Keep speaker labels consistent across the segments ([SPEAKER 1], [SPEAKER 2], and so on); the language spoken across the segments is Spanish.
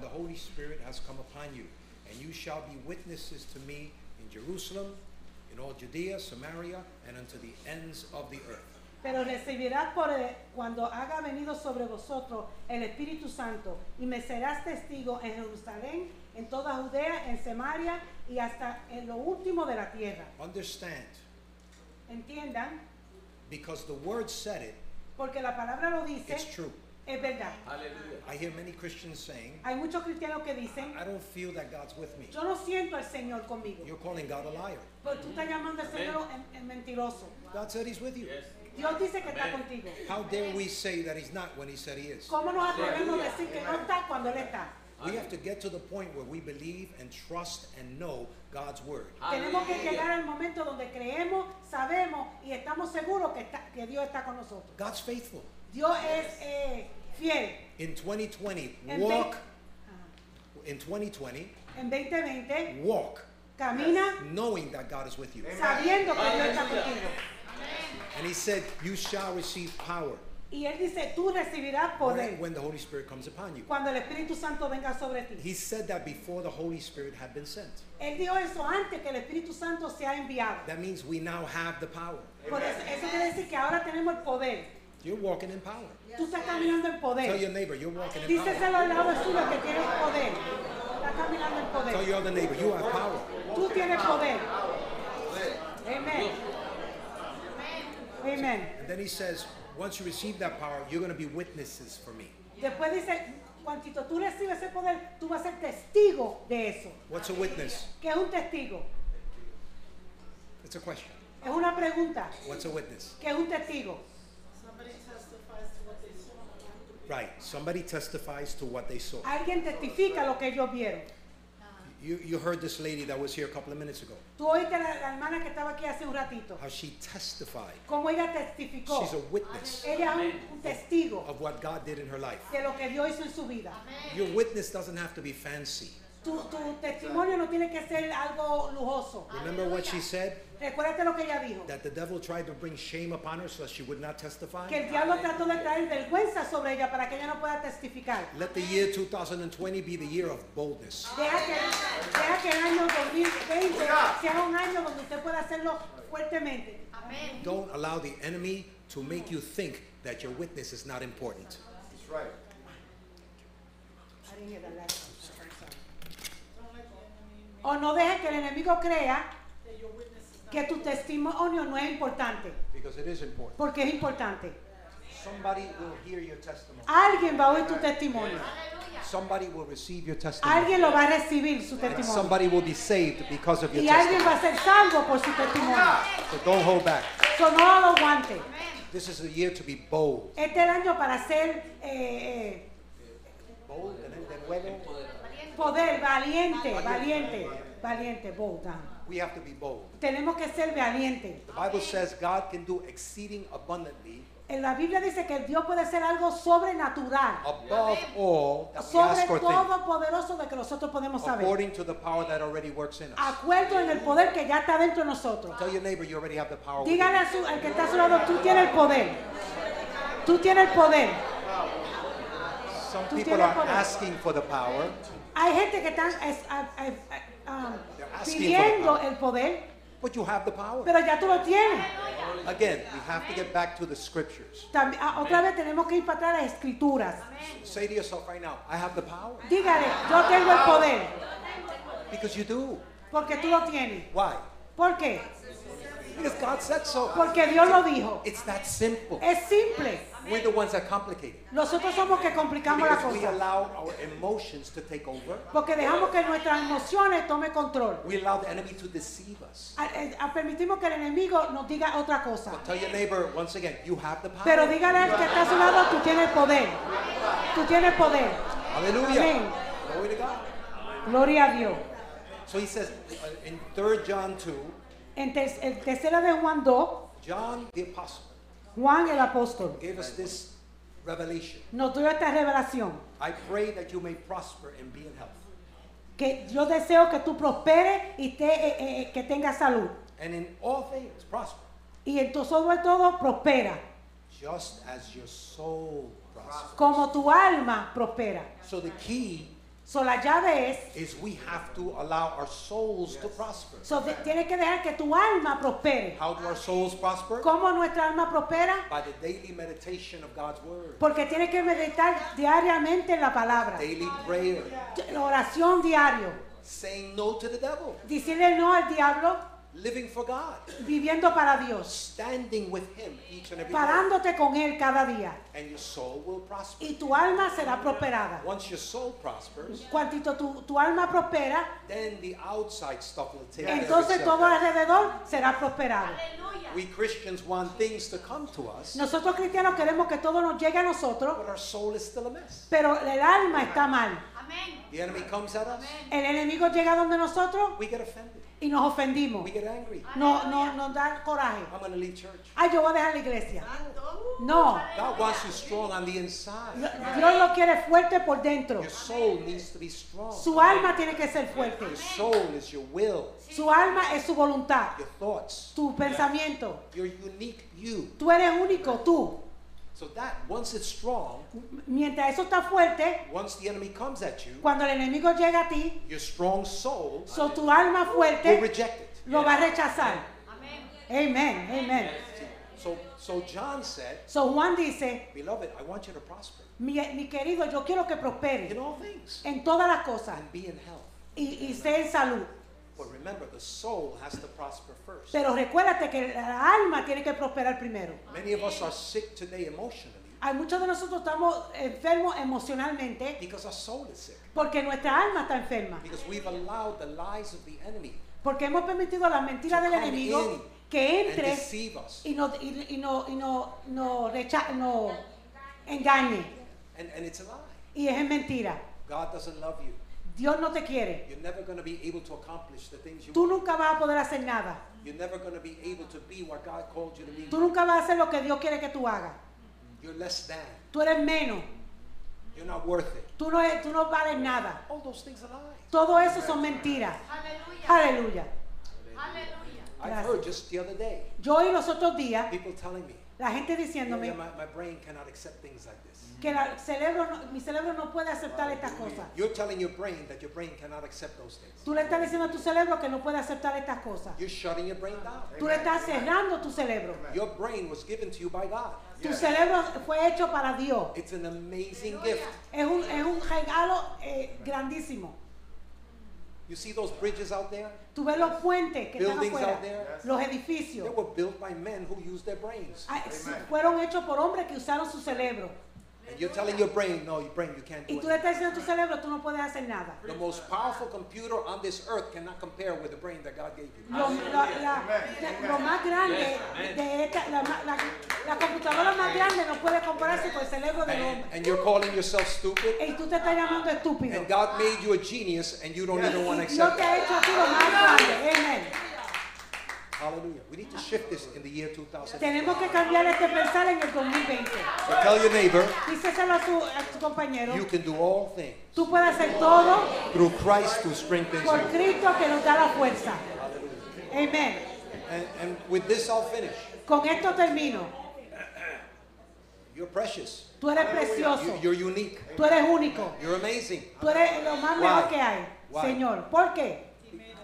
[SPEAKER 1] the Holy Spirit has come upon you, and you shall be witnesses to me in Jerusalem, in all Judea, Samaria, and unto the ends of the earth.
[SPEAKER 2] Pero recibirás por eh, cuando haga venido sobre vosotros el Espíritu Santo y me serás testigo en Jerusalén, en toda Judea, en Samaria y hasta en lo último de la tierra.
[SPEAKER 1] Understand,
[SPEAKER 2] Entiendan,
[SPEAKER 1] because the word said it,
[SPEAKER 2] porque la palabra lo dice,
[SPEAKER 1] it's true.
[SPEAKER 2] es verdad.
[SPEAKER 3] Aleluya.
[SPEAKER 1] I hear many Christians saying,
[SPEAKER 2] Hay muchos cristianos que dicen,
[SPEAKER 1] I don't feel that God's with me.
[SPEAKER 2] yo no siento al Señor conmigo,
[SPEAKER 1] You're calling God a liar.
[SPEAKER 2] porque tú estás llamando al
[SPEAKER 3] Amén.
[SPEAKER 2] Señor el, el mentiroso.
[SPEAKER 1] God said He's with you.
[SPEAKER 3] Yes.
[SPEAKER 2] Dios dice que está
[SPEAKER 3] Amén.
[SPEAKER 2] contigo.
[SPEAKER 1] How dare we say that He's not when He said He is?
[SPEAKER 2] ¿Cómo nos atrevemos a
[SPEAKER 3] Aleluya.
[SPEAKER 2] decir que no está cuando Él está?
[SPEAKER 1] We have to get to the point where we believe and trust and know God's word.
[SPEAKER 2] Tenemos que
[SPEAKER 3] Aleluya.
[SPEAKER 2] llegar al momento donde creemos, sabemos y estamos seguros que, está- que Dios está con nosotros.
[SPEAKER 1] God's faithful.
[SPEAKER 2] Dios es eh, fiel.
[SPEAKER 1] In 2020,
[SPEAKER 2] En, ve-
[SPEAKER 1] walk.
[SPEAKER 2] Ajá.
[SPEAKER 1] In 2020,
[SPEAKER 2] En 2020,
[SPEAKER 1] walk
[SPEAKER 2] camina
[SPEAKER 1] knowing that God is with you.
[SPEAKER 2] sabiendo que Dios está
[SPEAKER 3] Aleluya.
[SPEAKER 2] contigo.
[SPEAKER 1] And He said, You shall receive power
[SPEAKER 2] Y Él dice, tú
[SPEAKER 1] when,
[SPEAKER 2] recibirás poder
[SPEAKER 1] when the Holy Spirit comes upon you.
[SPEAKER 2] cuando el Espíritu Santo venga sobre ti.
[SPEAKER 1] He said that before the Holy Spirit had been sent.
[SPEAKER 2] Él dijo eso antes que el Espíritu Santo sea enviado.
[SPEAKER 1] That means we now have the power.
[SPEAKER 2] Por eso, eso quiere decir que ahora tenemos el poder.
[SPEAKER 1] You're walking in power.
[SPEAKER 2] Tú estás caminando en
[SPEAKER 1] Tell
[SPEAKER 2] poder.
[SPEAKER 1] your neighbor, you're walking in power.
[SPEAKER 2] Díceselo al lado suyo que tienes poder. Estás caminando en
[SPEAKER 1] Tell
[SPEAKER 2] poder.
[SPEAKER 1] your other neighbor, you have power.
[SPEAKER 2] Tú tienes poder. Amén. Amén.
[SPEAKER 1] And then he says, once you receive that power, you're going to be witnesses for me.
[SPEAKER 2] Después dice, cuantito tú recibes ese poder, tú vas a ser testigo de eso.
[SPEAKER 1] What's a witness?
[SPEAKER 2] ¿Qué es un testigo?
[SPEAKER 1] It's a question.
[SPEAKER 2] Es una pregunta.
[SPEAKER 1] What's a witness?
[SPEAKER 2] ¿Qué es un testigo?
[SPEAKER 1] Right. Somebody testifies to what they saw.
[SPEAKER 2] Alguien testifica lo que ellos vieron.
[SPEAKER 1] You, you heard this lady that was here a couple of minutes ago,
[SPEAKER 2] Tú oíste a la, la hermana que estaba aquí hace un ratito.
[SPEAKER 1] how she testified.
[SPEAKER 2] Cómo ella testificó.
[SPEAKER 1] She's a witness
[SPEAKER 2] Ella es un, un testigo
[SPEAKER 1] of what God did in her life.
[SPEAKER 2] de lo que Dios hizo en su vida.
[SPEAKER 1] Your witness doesn't have to be fancy.
[SPEAKER 2] Tu, tu testimonio no tiene que ser algo lujoso.
[SPEAKER 1] Remember what she said?
[SPEAKER 2] Recuérdate lo que ella dijo.
[SPEAKER 1] That the devil tried to bring shame upon her so that she would not testify?
[SPEAKER 2] Que el diablo trató de traer vergüenza sobre ella para que ella no pueda testificar.
[SPEAKER 1] Let the year 2020 be the year of boldness.
[SPEAKER 2] Deja que, deja que el año 2020 sea un año donde usted pueda hacerlo fuertemente.
[SPEAKER 1] Don't allow the enemy to make you think that your witness is not important.
[SPEAKER 4] That's right.
[SPEAKER 2] O no deje que el enemigo crea que tu testimonio no es importante,
[SPEAKER 1] Because it is important.
[SPEAKER 2] porque es importante.
[SPEAKER 1] Somebody will hear your testimony.
[SPEAKER 2] Alguien va a oír tu testimonio.
[SPEAKER 1] Somebody will receive your testimony.
[SPEAKER 2] Alguien lo va a recibir su
[SPEAKER 1] And
[SPEAKER 2] testimonio.
[SPEAKER 1] somebody will be saved because of your
[SPEAKER 2] Y alguien
[SPEAKER 1] testimony.
[SPEAKER 2] va a ser salvo por su testimonio.
[SPEAKER 1] So don't hold back.
[SPEAKER 2] Eso no lo aguante.
[SPEAKER 1] This is a year to be bold.
[SPEAKER 2] Este es el año para ser eh,
[SPEAKER 1] Bold and then de nuevo.
[SPEAKER 2] eh, poder, valiente, valiente, valiente, bold. ajá.
[SPEAKER 1] We have to be bold.
[SPEAKER 2] Tenemos que ser valientes.
[SPEAKER 1] The Bible says God can do exceeding abundantly
[SPEAKER 2] En la Biblia dice que Dios puede hacer algo sobrenatural,
[SPEAKER 1] Oh, above all that we
[SPEAKER 2] sobre
[SPEAKER 1] ask or think.
[SPEAKER 2] todo poderoso de que nosotros
[SPEAKER 1] Oh,
[SPEAKER 2] podemos saber.
[SPEAKER 1] According to the power that already works in
[SPEAKER 2] Ah.
[SPEAKER 1] us.
[SPEAKER 2] Acuerdo en el poder que ya está dentro de nosotros.
[SPEAKER 1] Tell your neighbor you already have the power. within
[SPEAKER 2] Dígale
[SPEAKER 1] you.
[SPEAKER 2] a su- al que está a su lado, tú tienes el poder. Tú tienes el poder.
[SPEAKER 1] Some
[SPEAKER 2] tú
[SPEAKER 1] people
[SPEAKER 2] tienes
[SPEAKER 1] are
[SPEAKER 2] poder.
[SPEAKER 1] asking for the power.
[SPEAKER 2] Hay gente que están es- a- a- a- um,
[SPEAKER 1] They're asking
[SPEAKER 2] pidiendo
[SPEAKER 1] for the power.
[SPEAKER 2] el poder,
[SPEAKER 1] But you have the power.
[SPEAKER 2] pero ya tú lo tienes.
[SPEAKER 1] Again, we have to get back to the scriptures.
[SPEAKER 2] Tambi- ah, otra vez tenemos que ir para atrás a las escrituras.
[SPEAKER 1] Say to yourself right now, I have the power.
[SPEAKER 2] Dígale, yo tengo el poder,
[SPEAKER 1] Because you do.
[SPEAKER 2] porque tú lo tienes.
[SPEAKER 1] Why?
[SPEAKER 2] ¿Por qué?
[SPEAKER 1] Because God said so.
[SPEAKER 2] Porque Dios lo dijo.
[SPEAKER 1] It's that simple.
[SPEAKER 2] Es simple.
[SPEAKER 1] We're the ones that complicate it.
[SPEAKER 2] Nosotros somos que complicamos la
[SPEAKER 1] Because we
[SPEAKER 2] cosa.
[SPEAKER 1] allow our emotions to take over.
[SPEAKER 2] Porque dejamos que nuestras emociones tomen control.
[SPEAKER 1] We allow the enemy to deceive us.
[SPEAKER 2] A- eh, a- permitimos que el enemigo nos diga otra cosa.
[SPEAKER 1] Tell your neighbor once again, you have the
[SPEAKER 2] Pero
[SPEAKER 1] power.
[SPEAKER 2] dígale al que está a su lado, tú tienes poder. Tú tienes poder.
[SPEAKER 1] Hallelujah.
[SPEAKER 2] Amén.
[SPEAKER 1] Glory to God.
[SPEAKER 2] Gloria a Dios.
[SPEAKER 1] So he says uh, in 3 John 2,
[SPEAKER 2] En ter- en tercera de Juan 2,
[SPEAKER 1] John the apostle
[SPEAKER 2] Juan el apóstol
[SPEAKER 1] gave us this revelation.
[SPEAKER 2] nos dio esta revelación.
[SPEAKER 1] I pray that you may prosper and be in health.
[SPEAKER 2] Que yo deseo que tú prosperes y te- eh, eh, eh, que tengas salud.
[SPEAKER 1] And in all things prosper,
[SPEAKER 2] Y en tu- sobre todo prospera.
[SPEAKER 1] just as your soul prospers.
[SPEAKER 2] Como tu alma prospera.
[SPEAKER 1] So the key
[SPEAKER 2] So, la llave es,
[SPEAKER 1] is we have to allow our souls to prosper.
[SPEAKER 2] so, de- tienes que dejar que tu alma prospere.
[SPEAKER 1] How do our souls prosper?
[SPEAKER 2] ¿Cómo nuestra alma prospera?
[SPEAKER 1] By the daily meditation of God's word,
[SPEAKER 2] Porque tiene que meditar diariamente en la palabra.
[SPEAKER 1] daily prayer,
[SPEAKER 2] La oración diario.
[SPEAKER 1] saying no to the devil,
[SPEAKER 2] Decirle no al diablo,
[SPEAKER 1] living for God,
[SPEAKER 2] viviendo para Dios.
[SPEAKER 1] standing with Him each and every day,
[SPEAKER 2] Parándote con Él cada día.
[SPEAKER 1] and your soul will prosper.
[SPEAKER 2] Y tu alma será prosperada.
[SPEAKER 1] Once your soul prospers,
[SPEAKER 2] Cuantito tu, tu alma prospera,
[SPEAKER 1] then the outside stuff will take care of
[SPEAKER 2] entonces todo
[SPEAKER 1] itself.
[SPEAKER 2] alrededor será prosperado.
[SPEAKER 3] Aleluya.
[SPEAKER 1] We Christians want things to come to us,
[SPEAKER 2] Nosotros cristianos queremos que todo nos llegue a nosotros,
[SPEAKER 1] but our soul is still a mess.
[SPEAKER 2] pero el alma está mal.
[SPEAKER 3] Amén.
[SPEAKER 1] The enemy comes at us,
[SPEAKER 3] Amén.
[SPEAKER 2] El enemigo llega donde nosotros
[SPEAKER 1] we get offended,
[SPEAKER 2] y nos ofendimos.
[SPEAKER 1] we get angry.
[SPEAKER 2] No, no, nos da coraje.
[SPEAKER 1] I'm going to leave church.
[SPEAKER 2] Ay, yo voy a dejar la iglesia.
[SPEAKER 3] Santo.
[SPEAKER 2] No.
[SPEAKER 1] God wants you strong on the
[SPEAKER 2] Lo-
[SPEAKER 1] inside.
[SPEAKER 2] Dios lo quiere fuerte por dentro.
[SPEAKER 1] Your soul needs to be strong.
[SPEAKER 2] Su alma tiene que ser fuerte.
[SPEAKER 1] Your soul is your will,
[SPEAKER 2] Su alma es su voluntad,
[SPEAKER 1] your thoughts,
[SPEAKER 2] tu pensamiento.
[SPEAKER 1] your unique you.
[SPEAKER 2] Tú eres único, tú.
[SPEAKER 1] So that once it's strong,
[SPEAKER 2] Mientras eso está fuerte,
[SPEAKER 1] once the enemy comes at you,
[SPEAKER 2] cuando el enemigo llega a ti,
[SPEAKER 1] your strong soul
[SPEAKER 2] so tu alma
[SPEAKER 1] will
[SPEAKER 2] fuerte
[SPEAKER 1] reject it.
[SPEAKER 2] lo va a rechazar.
[SPEAKER 3] Amén.
[SPEAKER 2] Amén, amén.
[SPEAKER 1] So, so John said,
[SPEAKER 2] So Juan dice,
[SPEAKER 1] Beloved, I want you to prosper
[SPEAKER 2] mi, mi querido, yo quiero que
[SPEAKER 1] in
[SPEAKER 2] prospere
[SPEAKER 1] all things
[SPEAKER 2] en todas las cosas
[SPEAKER 1] and be in health.
[SPEAKER 2] y, y esté en salud.
[SPEAKER 1] But remember, the soul has to prosper first.
[SPEAKER 2] Pero recuérdate que la alma tiene que prosperar primero.
[SPEAKER 1] Many of us are sick today emotionally
[SPEAKER 2] Hay muchos de nosotros estamos enfermos emocionalmente
[SPEAKER 1] because our soul is sick.
[SPEAKER 2] porque nuestra alma está enferma.
[SPEAKER 1] Because we've allowed the lies of the enemy
[SPEAKER 2] Porque hemos permitido las mentiras del
[SPEAKER 1] Come
[SPEAKER 2] enemigo
[SPEAKER 1] in
[SPEAKER 2] que
[SPEAKER 1] and
[SPEAKER 2] entre
[SPEAKER 1] deceive us.
[SPEAKER 2] y nos y, y no, y no, no recha- no engañe.
[SPEAKER 1] And, and it's a lie.
[SPEAKER 2] Y es mentira.
[SPEAKER 1] God doesn't love you.
[SPEAKER 2] Dios no te quiere.
[SPEAKER 1] You're never going to be able to accomplish the things you
[SPEAKER 2] Tú
[SPEAKER 1] want.
[SPEAKER 2] nunca vas a poder hacer nada.
[SPEAKER 1] You're never going to be able to be what God called you to be.
[SPEAKER 2] Tú nunca vas a hacer lo que Dios quiere que tú hagas.
[SPEAKER 1] You're less than.
[SPEAKER 2] Tú eres menos.
[SPEAKER 1] You're not worth it.
[SPEAKER 2] Tú no, tú no vales nada.
[SPEAKER 1] All those things are lies.
[SPEAKER 2] Todo eso son mentiras. Aleluya.
[SPEAKER 3] Aleluya. Aleluya.
[SPEAKER 1] I
[SPEAKER 2] Gracias.
[SPEAKER 1] heard just the other day
[SPEAKER 2] Yo oí los otros días
[SPEAKER 1] people telling me,
[SPEAKER 2] la gente
[SPEAKER 1] you know,
[SPEAKER 2] diciéndome
[SPEAKER 1] that my, my brain cannot accept things like this.
[SPEAKER 2] que la- el cerebro no- mi cerebro no puede aceptar estas cosas.
[SPEAKER 1] You're telling your brain that your brain cannot accept those things.
[SPEAKER 2] Tú le estás diciendo a tu cerebro que no puede aceptar estas cosas.
[SPEAKER 1] You're shutting your brain down.
[SPEAKER 2] Tú le estás cerrando tu cerebro.
[SPEAKER 1] Your brain was given to you by God.
[SPEAKER 2] Tu cerebro fue hecho para Dios.
[SPEAKER 1] It's an amazing gift.
[SPEAKER 2] Es un, es un regalo eh, grandísimo.
[SPEAKER 1] You see those bridges out there?
[SPEAKER 2] Tú ves los puentes que están
[SPEAKER 1] Buildings
[SPEAKER 2] afuera,
[SPEAKER 1] out there?
[SPEAKER 2] los
[SPEAKER 1] They
[SPEAKER 2] edificios.
[SPEAKER 1] were built by men who used their brains.
[SPEAKER 2] Ah, sí, Fueron hechos por hombres que usaron su cerebro.
[SPEAKER 1] And you're telling your brain, no, your brain, you can't
[SPEAKER 2] Y
[SPEAKER 1] do
[SPEAKER 2] tú le
[SPEAKER 1] it.
[SPEAKER 2] estás diciendo a tu cerebro, tú no puedes hacer nada.
[SPEAKER 1] The most powerful computer on this earth cannot compare with the brain that God gave you.
[SPEAKER 2] Lo, la- la- la- lo más grande de esta, la, ma- la- la computadora más grande no puede compararse con el cerebro del
[SPEAKER 1] And,
[SPEAKER 2] hombre.
[SPEAKER 1] and you're calling yourself stupid,
[SPEAKER 2] Y tú te estás llamando estúpido.
[SPEAKER 1] and God made you a genius, and you don't even want to
[SPEAKER 2] Y Dios
[SPEAKER 1] accept
[SPEAKER 2] te
[SPEAKER 1] it.
[SPEAKER 2] ha hecho a ti lo más grande. Amén.
[SPEAKER 1] Hallelujah. We need to shift this in the year 2000.
[SPEAKER 2] Tenemos que cambiar este pensar en el 2020.
[SPEAKER 1] So tell your neighbor,
[SPEAKER 2] Díselo a tu, a tu compañero.
[SPEAKER 1] you can do all things
[SPEAKER 2] Tú puedes hacer todo
[SPEAKER 1] through Christ who strengthens
[SPEAKER 2] por
[SPEAKER 1] you.
[SPEAKER 2] Cristo que nos da la fuerza. Amén.
[SPEAKER 1] And, and with this, I'll finish.
[SPEAKER 2] Con esto termino.
[SPEAKER 1] You're precious.
[SPEAKER 2] Tú eres
[SPEAKER 1] You,
[SPEAKER 2] precioso.
[SPEAKER 1] you're unique.
[SPEAKER 2] Tú eres único.
[SPEAKER 1] You're amazing.
[SPEAKER 2] Tú eres lo más
[SPEAKER 1] Why?
[SPEAKER 2] mejor que hay,
[SPEAKER 1] Why?
[SPEAKER 2] Señor. ¿Por qué?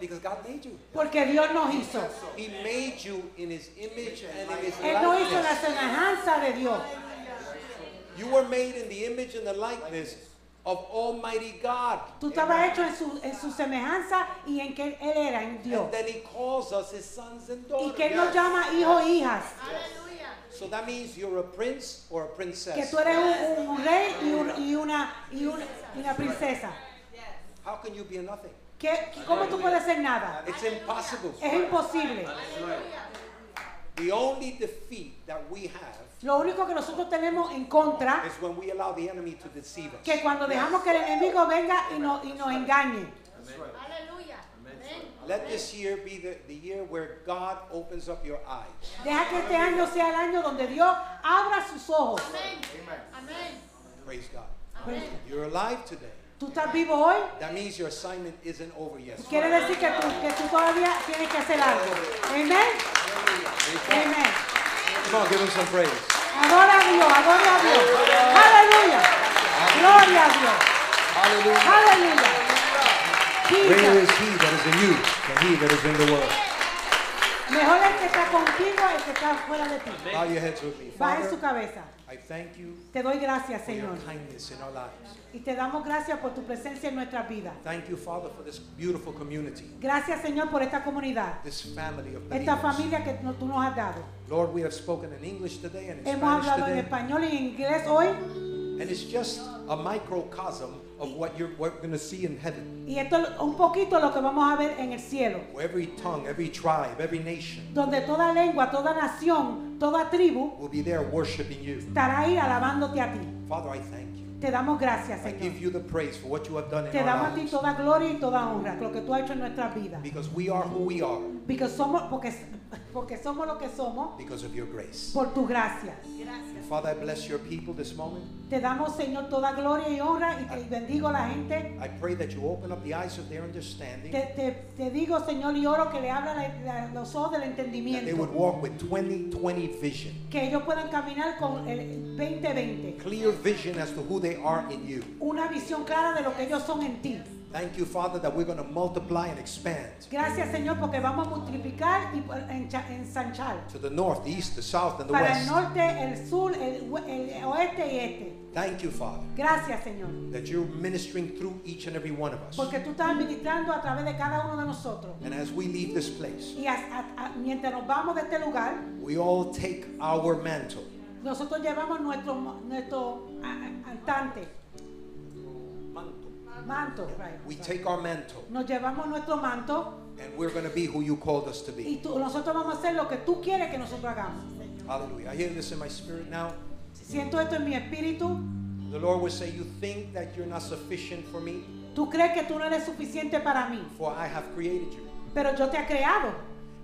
[SPEAKER 1] Because God made you.
[SPEAKER 2] Porque Dios nos hizo.
[SPEAKER 1] He made you in His image and in His
[SPEAKER 2] Él nos hizo la
[SPEAKER 1] likeness.
[SPEAKER 2] semejanza de Dios.
[SPEAKER 1] You were made in the image and the likeness of Almighty God.
[SPEAKER 2] Tú estabas hecho en su, en su semejanza y en que Él era, en Dios.
[SPEAKER 1] And then He calls us His sons and
[SPEAKER 2] Y que
[SPEAKER 1] daughters.
[SPEAKER 2] Él nos llama hijos e hijas.
[SPEAKER 3] Aleluya.
[SPEAKER 1] So that means you're a prince or a
[SPEAKER 2] Que
[SPEAKER 1] princess.
[SPEAKER 2] tú eres un, un rey y, un- y una, y un- y una princesa.
[SPEAKER 1] How can you be a nothing?
[SPEAKER 2] ¿Qué- ¿Cómo tú puedes hacer nada?
[SPEAKER 1] It's impossible.
[SPEAKER 2] Es imposible.
[SPEAKER 1] The only defeat that we have
[SPEAKER 2] Lo único que nosotros tenemos en contra
[SPEAKER 1] is when we allow the enemy to deceive us.
[SPEAKER 2] que cuando dejamos que el enemigo venga y nos, y nos engañe.
[SPEAKER 3] Aleluya. Amén.
[SPEAKER 1] Let this year be the, the year where God opens up your eyes.
[SPEAKER 2] Deja que este año sea el año donde Dios abra sus ojos.
[SPEAKER 3] Amén. Amén.
[SPEAKER 1] Praise God.
[SPEAKER 3] Amén.
[SPEAKER 1] You're alive today.
[SPEAKER 2] Tú estás vivo hoy.
[SPEAKER 1] That means your assignment isn't over yet.
[SPEAKER 2] Quiere decir que tú, que tú todavía tienes que hacer algo. Amén. Amén.
[SPEAKER 1] Come on, give him some praise.
[SPEAKER 2] Adora a Dios, adora a Dios. Aleluya. Gloria a Dios.
[SPEAKER 1] Hallelujah.
[SPEAKER 2] Aleluya.
[SPEAKER 1] Greater
[SPEAKER 2] Jesus.
[SPEAKER 1] is he that is in you than he that is in the world.
[SPEAKER 2] Mejor el que está contigo el que está fuera de ti.
[SPEAKER 1] Bow your heads with me.
[SPEAKER 2] Baje su
[SPEAKER 1] Father,
[SPEAKER 2] cabeza.
[SPEAKER 1] I thank you
[SPEAKER 2] Te doy gracias,
[SPEAKER 1] for your
[SPEAKER 2] Señor.
[SPEAKER 1] kindness in our lives.
[SPEAKER 2] Y te damos gracias por tu presencia en nuestra vida.
[SPEAKER 1] Thank you, Father, for this beautiful community,
[SPEAKER 2] Gracias, Señor, por esta comunidad.
[SPEAKER 1] this family of
[SPEAKER 2] Esta
[SPEAKER 1] believers.
[SPEAKER 2] familia que no- tú nos has dado.
[SPEAKER 1] Lord, we have spoken in English today and in
[SPEAKER 2] Hemos
[SPEAKER 1] Spanish
[SPEAKER 2] hablado en
[SPEAKER 1] today.
[SPEAKER 2] español y en inglés hoy.
[SPEAKER 1] And it's just a microcosm of what you're what we're going to see in heaven.
[SPEAKER 2] Y esto es un poquito lo que vamos a ver en el cielo.
[SPEAKER 1] Where every tongue, every tribe, every nation
[SPEAKER 2] Donde toda lengua, toda nación, toda tribu
[SPEAKER 1] will be there worshiping you.
[SPEAKER 2] estará ahí alabándote a ti.
[SPEAKER 1] Father, I thank you.
[SPEAKER 2] Te damos gracias,
[SPEAKER 1] I give
[SPEAKER 2] Señor.
[SPEAKER 1] you the praise for what you have done in
[SPEAKER 2] Te damos
[SPEAKER 1] our
[SPEAKER 2] a ti
[SPEAKER 1] lives.
[SPEAKER 2] toda gloria y toda honra, lo que tú has hecho en nuestras vidas.
[SPEAKER 1] Because we are who we are
[SPEAKER 2] Porque somos, porque, porque somos lo que somos
[SPEAKER 1] because of your grace.
[SPEAKER 2] por tu gracia.
[SPEAKER 1] And Father, I bless your people this moment.
[SPEAKER 2] Te damos, Señor, toda gloria y honra y te bendigo a la gente.
[SPEAKER 1] I pray that you open up the eyes of their understanding.
[SPEAKER 2] Te, te, te digo, Señor, y oro que le abra la- la- los ojos del
[SPEAKER 1] That they would
[SPEAKER 2] entendimiento.
[SPEAKER 1] walk with 2020 vision.
[SPEAKER 2] Que ellos puedan caminar con el 2020.
[SPEAKER 1] Clear vision as to who they are in you.
[SPEAKER 2] Una visión clara de lo que ellos son en ti.
[SPEAKER 1] Thank you, Father, that we're going to multiply and expand
[SPEAKER 2] Gracias, Señor, porque vamos a multiplicar y encha- ensanchar.
[SPEAKER 1] to the north, the east, the south, and the
[SPEAKER 2] Para el
[SPEAKER 1] west.
[SPEAKER 2] norte, el sur, el, we- el oeste y este.
[SPEAKER 1] Thank you, Father,
[SPEAKER 2] Gracias, Señor.
[SPEAKER 1] that you're ministering through each and every one of us.
[SPEAKER 2] Porque tú estás administrando a través de cada uno de nosotros.
[SPEAKER 1] And as we leave this place,
[SPEAKER 2] Y as- a- a- mientras nos vamos de este lugar,
[SPEAKER 1] we all take our mantle
[SPEAKER 2] nosotros llevamos nuestro, mo- nuestro a- a- andante, manto. right.
[SPEAKER 1] We take our mantle
[SPEAKER 2] Nos llevamos nuestro manto
[SPEAKER 1] and we're going to be who you called us to
[SPEAKER 2] y
[SPEAKER 1] be.
[SPEAKER 2] tú- nosotros vamos a hacer lo que tú quieres que nosotros hagamos.
[SPEAKER 1] Hallelujah. I hear this in my spirit now.
[SPEAKER 2] Siento esto en mi espíritu.
[SPEAKER 1] The Lord will say, You think that you're not sufficient for me,
[SPEAKER 2] Tú crees que tú no eres suficiente para mí,
[SPEAKER 1] for I have created you.
[SPEAKER 2] pero yo te he creado.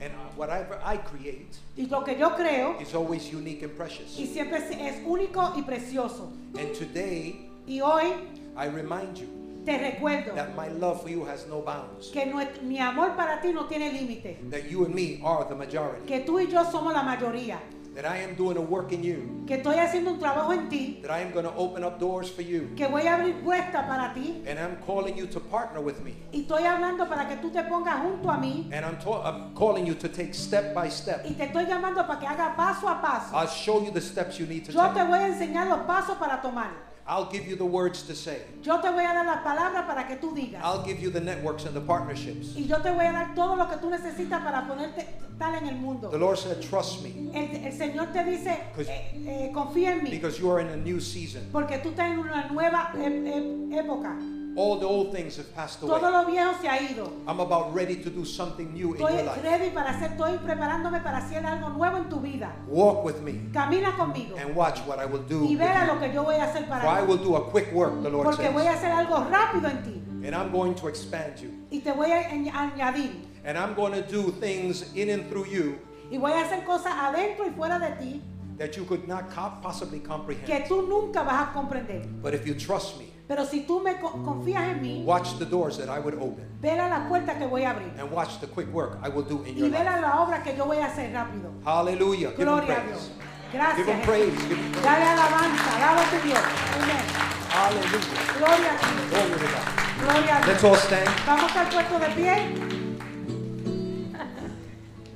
[SPEAKER 1] And whatever I create
[SPEAKER 2] Y lo que yo creo
[SPEAKER 1] is always unique and precious.
[SPEAKER 2] y siempre es- es único y precioso.
[SPEAKER 1] And today,
[SPEAKER 2] Y hoy
[SPEAKER 1] I remind you
[SPEAKER 2] te recuerdo
[SPEAKER 1] that my love for you has no bounds,
[SPEAKER 2] que nue- mi amor para ti no tiene límite,
[SPEAKER 1] that you and me are the majority,
[SPEAKER 2] que tú y yo somos la mayoría,
[SPEAKER 1] that I am doing a work in you,
[SPEAKER 2] que estoy haciendo un trabajo en ti,
[SPEAKER 1] that I am going to open up doors for you,
[SPEAKER 2] que voy a abrir puertas para ti
[SPEAKER 1] and I'm calling you to partner with me,
[SPEAKER 2] y estoy hablando para que tú te pongas junto a mí
[SPEAKER 1] and I'm, ta- I'm calling you to take step by step.
[SPEAKER 2] y te estoy llamando para que haga paso a paso.
[SPEAKER 1] I'll show you the steps you need to
[SPEAKER 2] Yo te
[SPEAKER 1] take.
[SPEAKER 2] voy a enseñar los pasos para tomar.
[SPEAKER 1] I'll give you the words to say.
[SPEAKER 2] Yo te voy a dar las palabras para que tú digas.
[SPEAKER 1] I'll give you the networks and the partnerships.
[SPEAKER 2] Y yo te voy a dar todo lo que tú necesitas para ponerte tal en el mundo.
[SPEAKER 1] The Lord said, Trust me,
[SPEAKER 2] El, el Señor te dice,
[SPEAKER 1] Because-
[SPEAKER 2] eh, eh, confía en mí,
[SPEAKER 1] because you are in a new season.
[SPEAKER 2] porque tú estás en una nueva e- e- época.
[SPEAKER 1] All the old things have passed
[SPEAKER 2] Todo
[SPEAKER 1] away.
[SPEAKER 2] lo viejo se ha ido.
[SPEAKER 1] I'm about ready to do something new in your
[SPEAKER 2] Estoy
[SPEAKER 1] life.
[SPEAKER 2] ready para hacer, estoy preparándome para hacer algo nuevo en tu vida.
[SPEAKER 1] Walk with me.
[SPEAKER 2] Camina conmigo
[SPEAKER 1] and watch what I will do.
[SPEAKER 2] y
[SPEAKER 1] with
[SPEAKER 2] verá
[SPEAKER 1] you.
[SPEAKER 2] lo que yo voy a hacer
[SPEAKER 1] For I
[SPEAKER 2] para ti.
[SPEAKER 1] will do a quick work, the Lord
[SPEAKER 2] Porque voy a
[SPEAKER 1] says.
[SPEAKER 2] hacer algo rápido en ti
[SPEAKER 1] And I'm going to expand you.
[SPEAKER 2] y te voy a añ- añadir.
[SPEAKER 1] And I'm going to do things in and through you
[SPEAKER 2] Y voy a hacer cosas adentro y fuera de ti
[SPEAKER 1] that you could not co- possibly
[SPEAKER 2] que
[SPEAKER 1] comprehend.
[SPEAKER 2] tú nunca vas a comprender.
[SPEAKER 1] But if you trust me,
[SPEAKER 2] Pero si tú me co- confías en mí,
[SPEAKER 1] watch the doors that I would open
[SPEAKER 2] verá las puertas que voy a abrir.
[SPEAKER 1] and watch the quick work I will do in
[SPEAKER 2] y
[SPEAKER 1] your
[SPEAKER 2] ver
[SPEAKER 1] life.
[SPEAKER 2] a la obra que yo voy a hacer rápido.
[SPEAKER 1] Hallelujah. Give him
[SPEAKER 2] Gloria a Dios.
[SPEAKER 1] praise.
[SPEAKER 2] Gracias.
[SPEAKER 1] Give him
[SPEAKER 2] Jesús.
[SPEAKER 1] praise. Give him praise.
[SPEAKER 2] Dale alabanza, alábate Dios. Amén.
[SPEAKER 1] Hallelujah.
[SPEAKER 2] Gloria a Dios.
[SPEAKER 1] Glory to God.
[SPEAKER 2] Gloria a
[SPEAKER 1] Let's
[SPEAKER 2] Dios.
[SPEAKER 1] all stand.
[SPEAKER 2] Vamos al puesto de pie.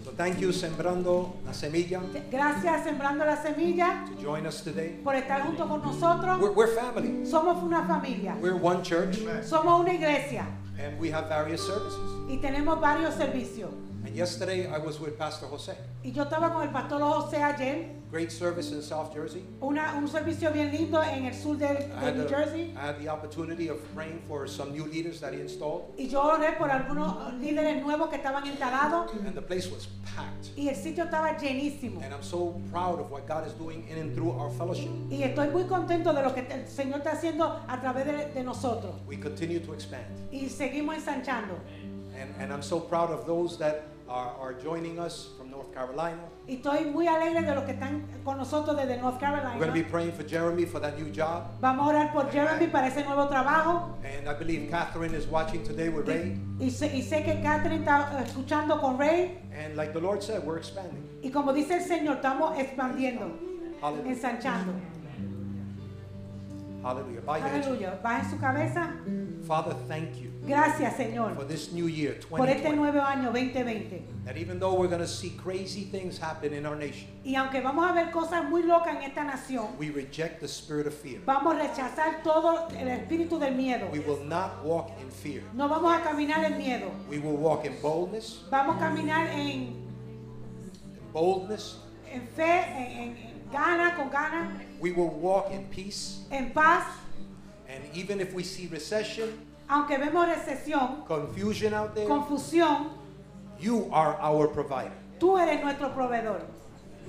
[SPEAKER 1] So thank you, Sembrando la Semilla,
[SPEAKER 2] Gracias Sembrando la Semilla
[SPEAKER 1] to join us today.
[SPEAKER 2] por estar junto con nosotros.
[SPEAKER 1] We're, we're family.
[SPEAKER 2] Somos una familia.
[SPEAKER 1] We're one church,
[SPEAKER 2] Somos una iglesia
[SPEAKER 1] and we have various services.
[SPEAKER 2] y tenemos varios servicios.
[SPEAKER 1] And yesterday I was with Pastor Jose.
[SPEAKER 2] Y yo estaba con el pastor José ayer,
[SPEAKER 1] Great service in South Jersey.
[SPEAKER 2] una- un servicio bien lindo en el sur de,
[SPEAKER 1] I
[SPEAKER 2] de
[SPEAKER 1] had,
[SPEAKER 2] New
[SPEAKER 1] the,
[SPEAKER 2] Jersey.
[SPEAKER 1] I had the opportunity of praying for some new leaders that he installed,
[SPEAKER 2] Y yo oré por algunos líderes nuevos que estaban instalados
[SPEAKER 1] and the place was packed.
[SPEAKER 2] y el sitio estaba llenísimo.
[SPEAKER 1] And I'm so proud of what God is doing in and through our fellowship.
[SPEAKER 2] Y estoy muy contento de lo que el Señor está haciendo a través de, de nosotros.
[SPEAKER 1] We continue to expand.
[SPEAKER 2] Y seguimos ensanchando.
[SPEAKER 1] And, and I'm so proud of those that are, are joining us from North Carolina.
[SPEAKER 2] Y estoy muy alegre de los que están con nosotros desde North
[SPEAKER 1] We're going to be
[SPEAKER 2] Carolina.
[SPEAKER 1] praying for Jeremy for that new job.
[SPEAKER 2] Vamos a orar por Jeremy para ese nuevo trabajo.
[SPEAKER 1] And I believe Catherine is watching today with Ray.
[SPEAKER 2] Y, y sé, y sé que Catherine está eh, escuchando con Ray.
[SPEAKER 1] And like the Lord said, we're expanding.
[SPEAKER 2] Y como dice el Señor, estamos expandiendo,
[SPEAKER 1] Hallelujah.
[SPEAKER 2] ensanchando.
[SPEAKER 1] Hallelujah. Bow your heads.
[SPEAKER 2] Aleluya. Baje su cabeza.
[SPEAKER 1] Father, thank you
[SPEAKER 2] Gracias,
[SPEAKER 1] for
[SPEAKER 2] Señor,
[SPEAKER 1] this new year,
[SPEAKER 2] por este
[SPEAKER 1] 2020.
[SPEAKER 2] nuevo año 2020.
[SPEAKER 1] That even though we're going to see crazy things happen in our nation,
[SPEAKER 2] Y aunque vamos a ver cosas muy locas en esta nación,
[SPEAKER 1] we reject the spirit of fear.
[SPEAKER 2] vamos a rechazar todo el espíritu del miedo.
[SPEAKER 1] We will not walk in fear.
[SPEAKER 2] No vamos a caminar en miedo.
[SPEAKER 1] We will walk in boldness,
[SPEAKER 2] Vamos a caminar en,
[SPEAKER 1] boldness.
[SPEAKER 2] en fe, en, en- en gana, con ganas,
[SPEAKER 1] We will walk in peace.
[SPEAKER 2] en paz.
[SPEAKER 1] And even if we see recession,
[SPEAKER 2] Aunque vemos recesión,
[SPEAKER 1] confusion out there,
[SPEAKER 2] confusión,
[SPEAKER 1] you are our provider.
[SPEAKER 2] tú eres nuestro proveedor.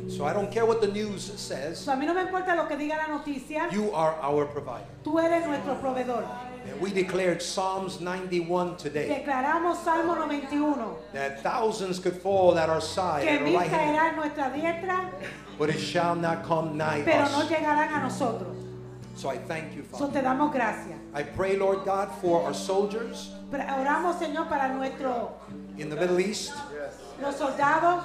[SPEAKER 1] So I don't care what the news says,
[SPEAKER 2] So, a mí no me importa lo que diga la noticia,
[SPEAKER 1] you are our provider.
[SPEAKER 2] tú eres nuestro proveedor.
[SPEAKER 1] And we declared Psalms 91 today
[SPEAKER 2] Declaramos Salmo 91,
[SPEAKER 1] that thousands could fall at our side,
[SPEAKER 2] que
[SPEAKER 1] at our
[SPEAKER 2] mil
[SPEAKER 1] right hand,
[SPEAKER 2] caerá en nuestra diestra,
[SPEAKER 1] but it shall not come nigh
[SPEAKER 2] pero no
[SPEAKER 1] us.
[SPEAKER 2] llegarán a nosotros.
[SPEAKER 1] So I thank you,
[SPEAKER 2] So
[SPEAKER 1] Father.
[SPEAKER 2] te damos gracias.
[SPEAKER 1] I pray, Lord God, for our soldiers
[SPEAKER 2] Pra- Oramos, Señor, para nuestros
[SPEAKER 1] in the Middle East.
[SPEAKER 2] los soldados,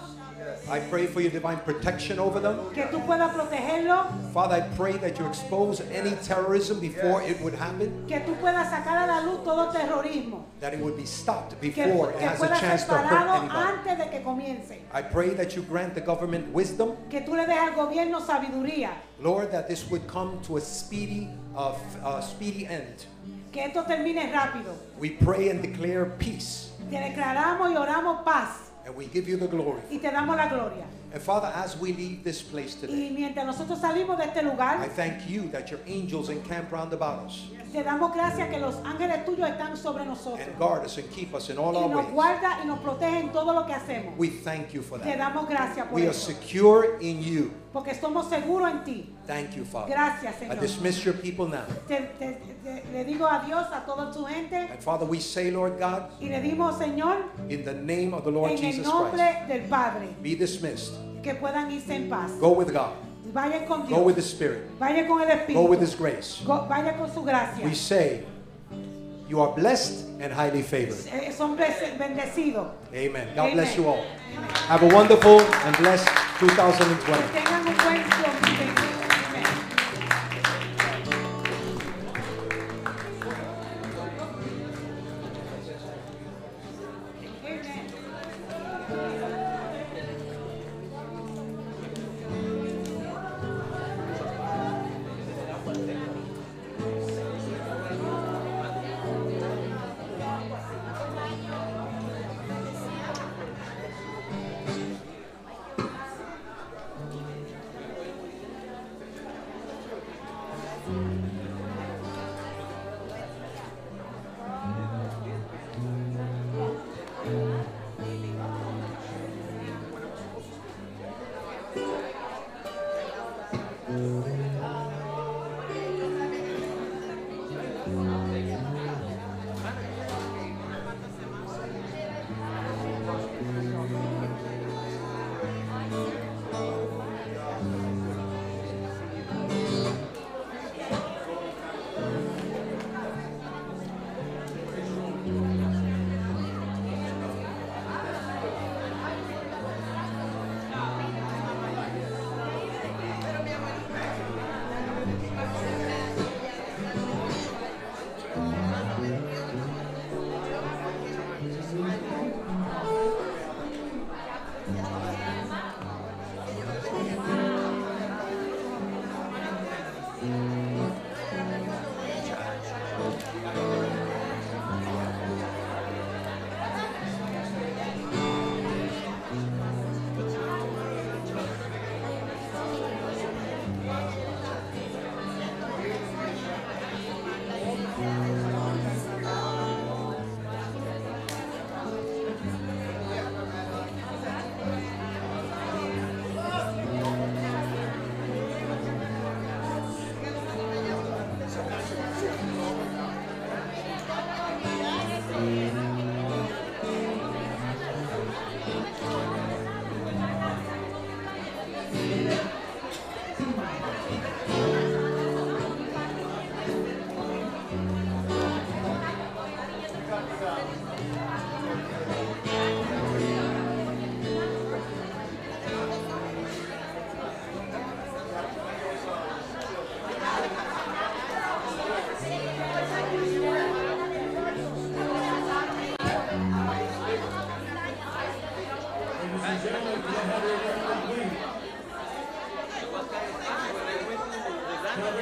[SPEAKER 1] I pray for your divine protection over them.
[SPEAKER 2] que tú puedas protegerlos,
[SPEAKER 1] Father, I pray that you expose any terrorism before it would happen,
[SPEAKER 2] que tú puedas sacar a la luz todo terrorismo,
[SPEAKER 1] that it would be stopped
[SPEAKER 2] que,
[SPEAKER 1] before it
[SPEAKER 2] que
[SPEAKER 1] has a
[SPEAKER 2] pueda
[SPEAKER 1] chance
[SPEAKER 2] ser
[SPEAKER 1] to hurt
[SPEAKER 2] parado
[SPEAKER 1] anybody.
[SPEAKER 2] antes de que comience,
[SPEAKER 1] I pray that you grant the government wisdom,
[SPEAKER 2] que tú le des al gobierno sabiduría,
[SPEAKER 1] Lord, that this would come to a speedy, uh, f- uh, speedy end.
[SPEAKER 2] que esto termine rápido.
[SPEAKER 1] We pray and declare peace,
[SPEAKER 2] Te declaramos y oramos paz
[SPEAKER 1] and we give you the glory.
[SPEAKER 2] y te damos la gloria.
[SPEAKER 1] And Father, as we leave this place
[SPEAKER 2] Y
[SPEAKER 1] today,
[SPEAKER 2] mientras nosotros salimos de este
[SPEAKER 1] I
[SPEAKER 2] lugar,
[SPEAKER 1] thank you that your angels encamp round about us
[SPEAKER 2] te damos gracias que los ángeles tuyos están sobre nosotros.
[SPEAKER 1] and guard us and keep us in all
[SPEAKER 2] Y
[SPEAKER 1] our
[SPEAKER 2] nos
[SPEAKER 1] ways.
[SPEAKER 2] guarda y nos protege en todo lo que hacemos.
[SPEAKER 1] We thank you for
[SPEAKER 2] Te
[SPEAKER 1] that.
[SPEAKER 2] damos gracias por
[SPEAKER 1] We are
[SPEAKER 2] eso.
[SPEAKER 1] secure in you.
[SPEAKER 2] Porque somos seguros en ti.
[SPEAKER 1] Thank you, Father.
[SPEAKER 2] Gracias,
[SPEAKER 1] I
[SPEAKER 2] Señor.
[SPEAKER 1] dismiss your people now.
[SPEAKER 2] Te- te- te- le digo adiós a toda tu gente
[SPEAKER 1] And Father, we say, Lord God,
[SPEAKER 2] y le dimos, Señor,
[SPEAKER 1] in the name of the Lord
[SPEAKER 2] en el
[SPEAKER 1] Jesus Christ,
[SPEAKER 2] nombre del Padre,
[SPEAKER 1] be dismissed.
[SPEAKER 2] que puedan irse en paz.
[SPEAKER 1] Go with God.
[SPEAKER 2] Vayan con
[SPEAKER 1] Go with the
[SPEAKER 2] Dios.
[SPEAKER 1] Spirit.
[SPEAKER 2] Vayan con el
[SPEAKER 1] Go with His
[SPEAKER 2] Espíritu.
[SPEAKER 1] grace.
[SPEAKER 2] Go- Vayan con su gracia.
[SPEAKER 1] We say, you are blessed and highly favored.
[SPEAKER 2] Eh, Son bes- bendecidos.
[SPEAKER 1] Amen. God bless
[SPEAKER 2] Amen.
[SPEAKER 1] you all. Have a wonderful and blessed
[SPEAKER 2] Que
[SPEAKER 1] 2020.
[SPEAKER 2] tengan un buen 2021. Amén. Amen.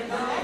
[SPEAKER 4] But they went to the- the-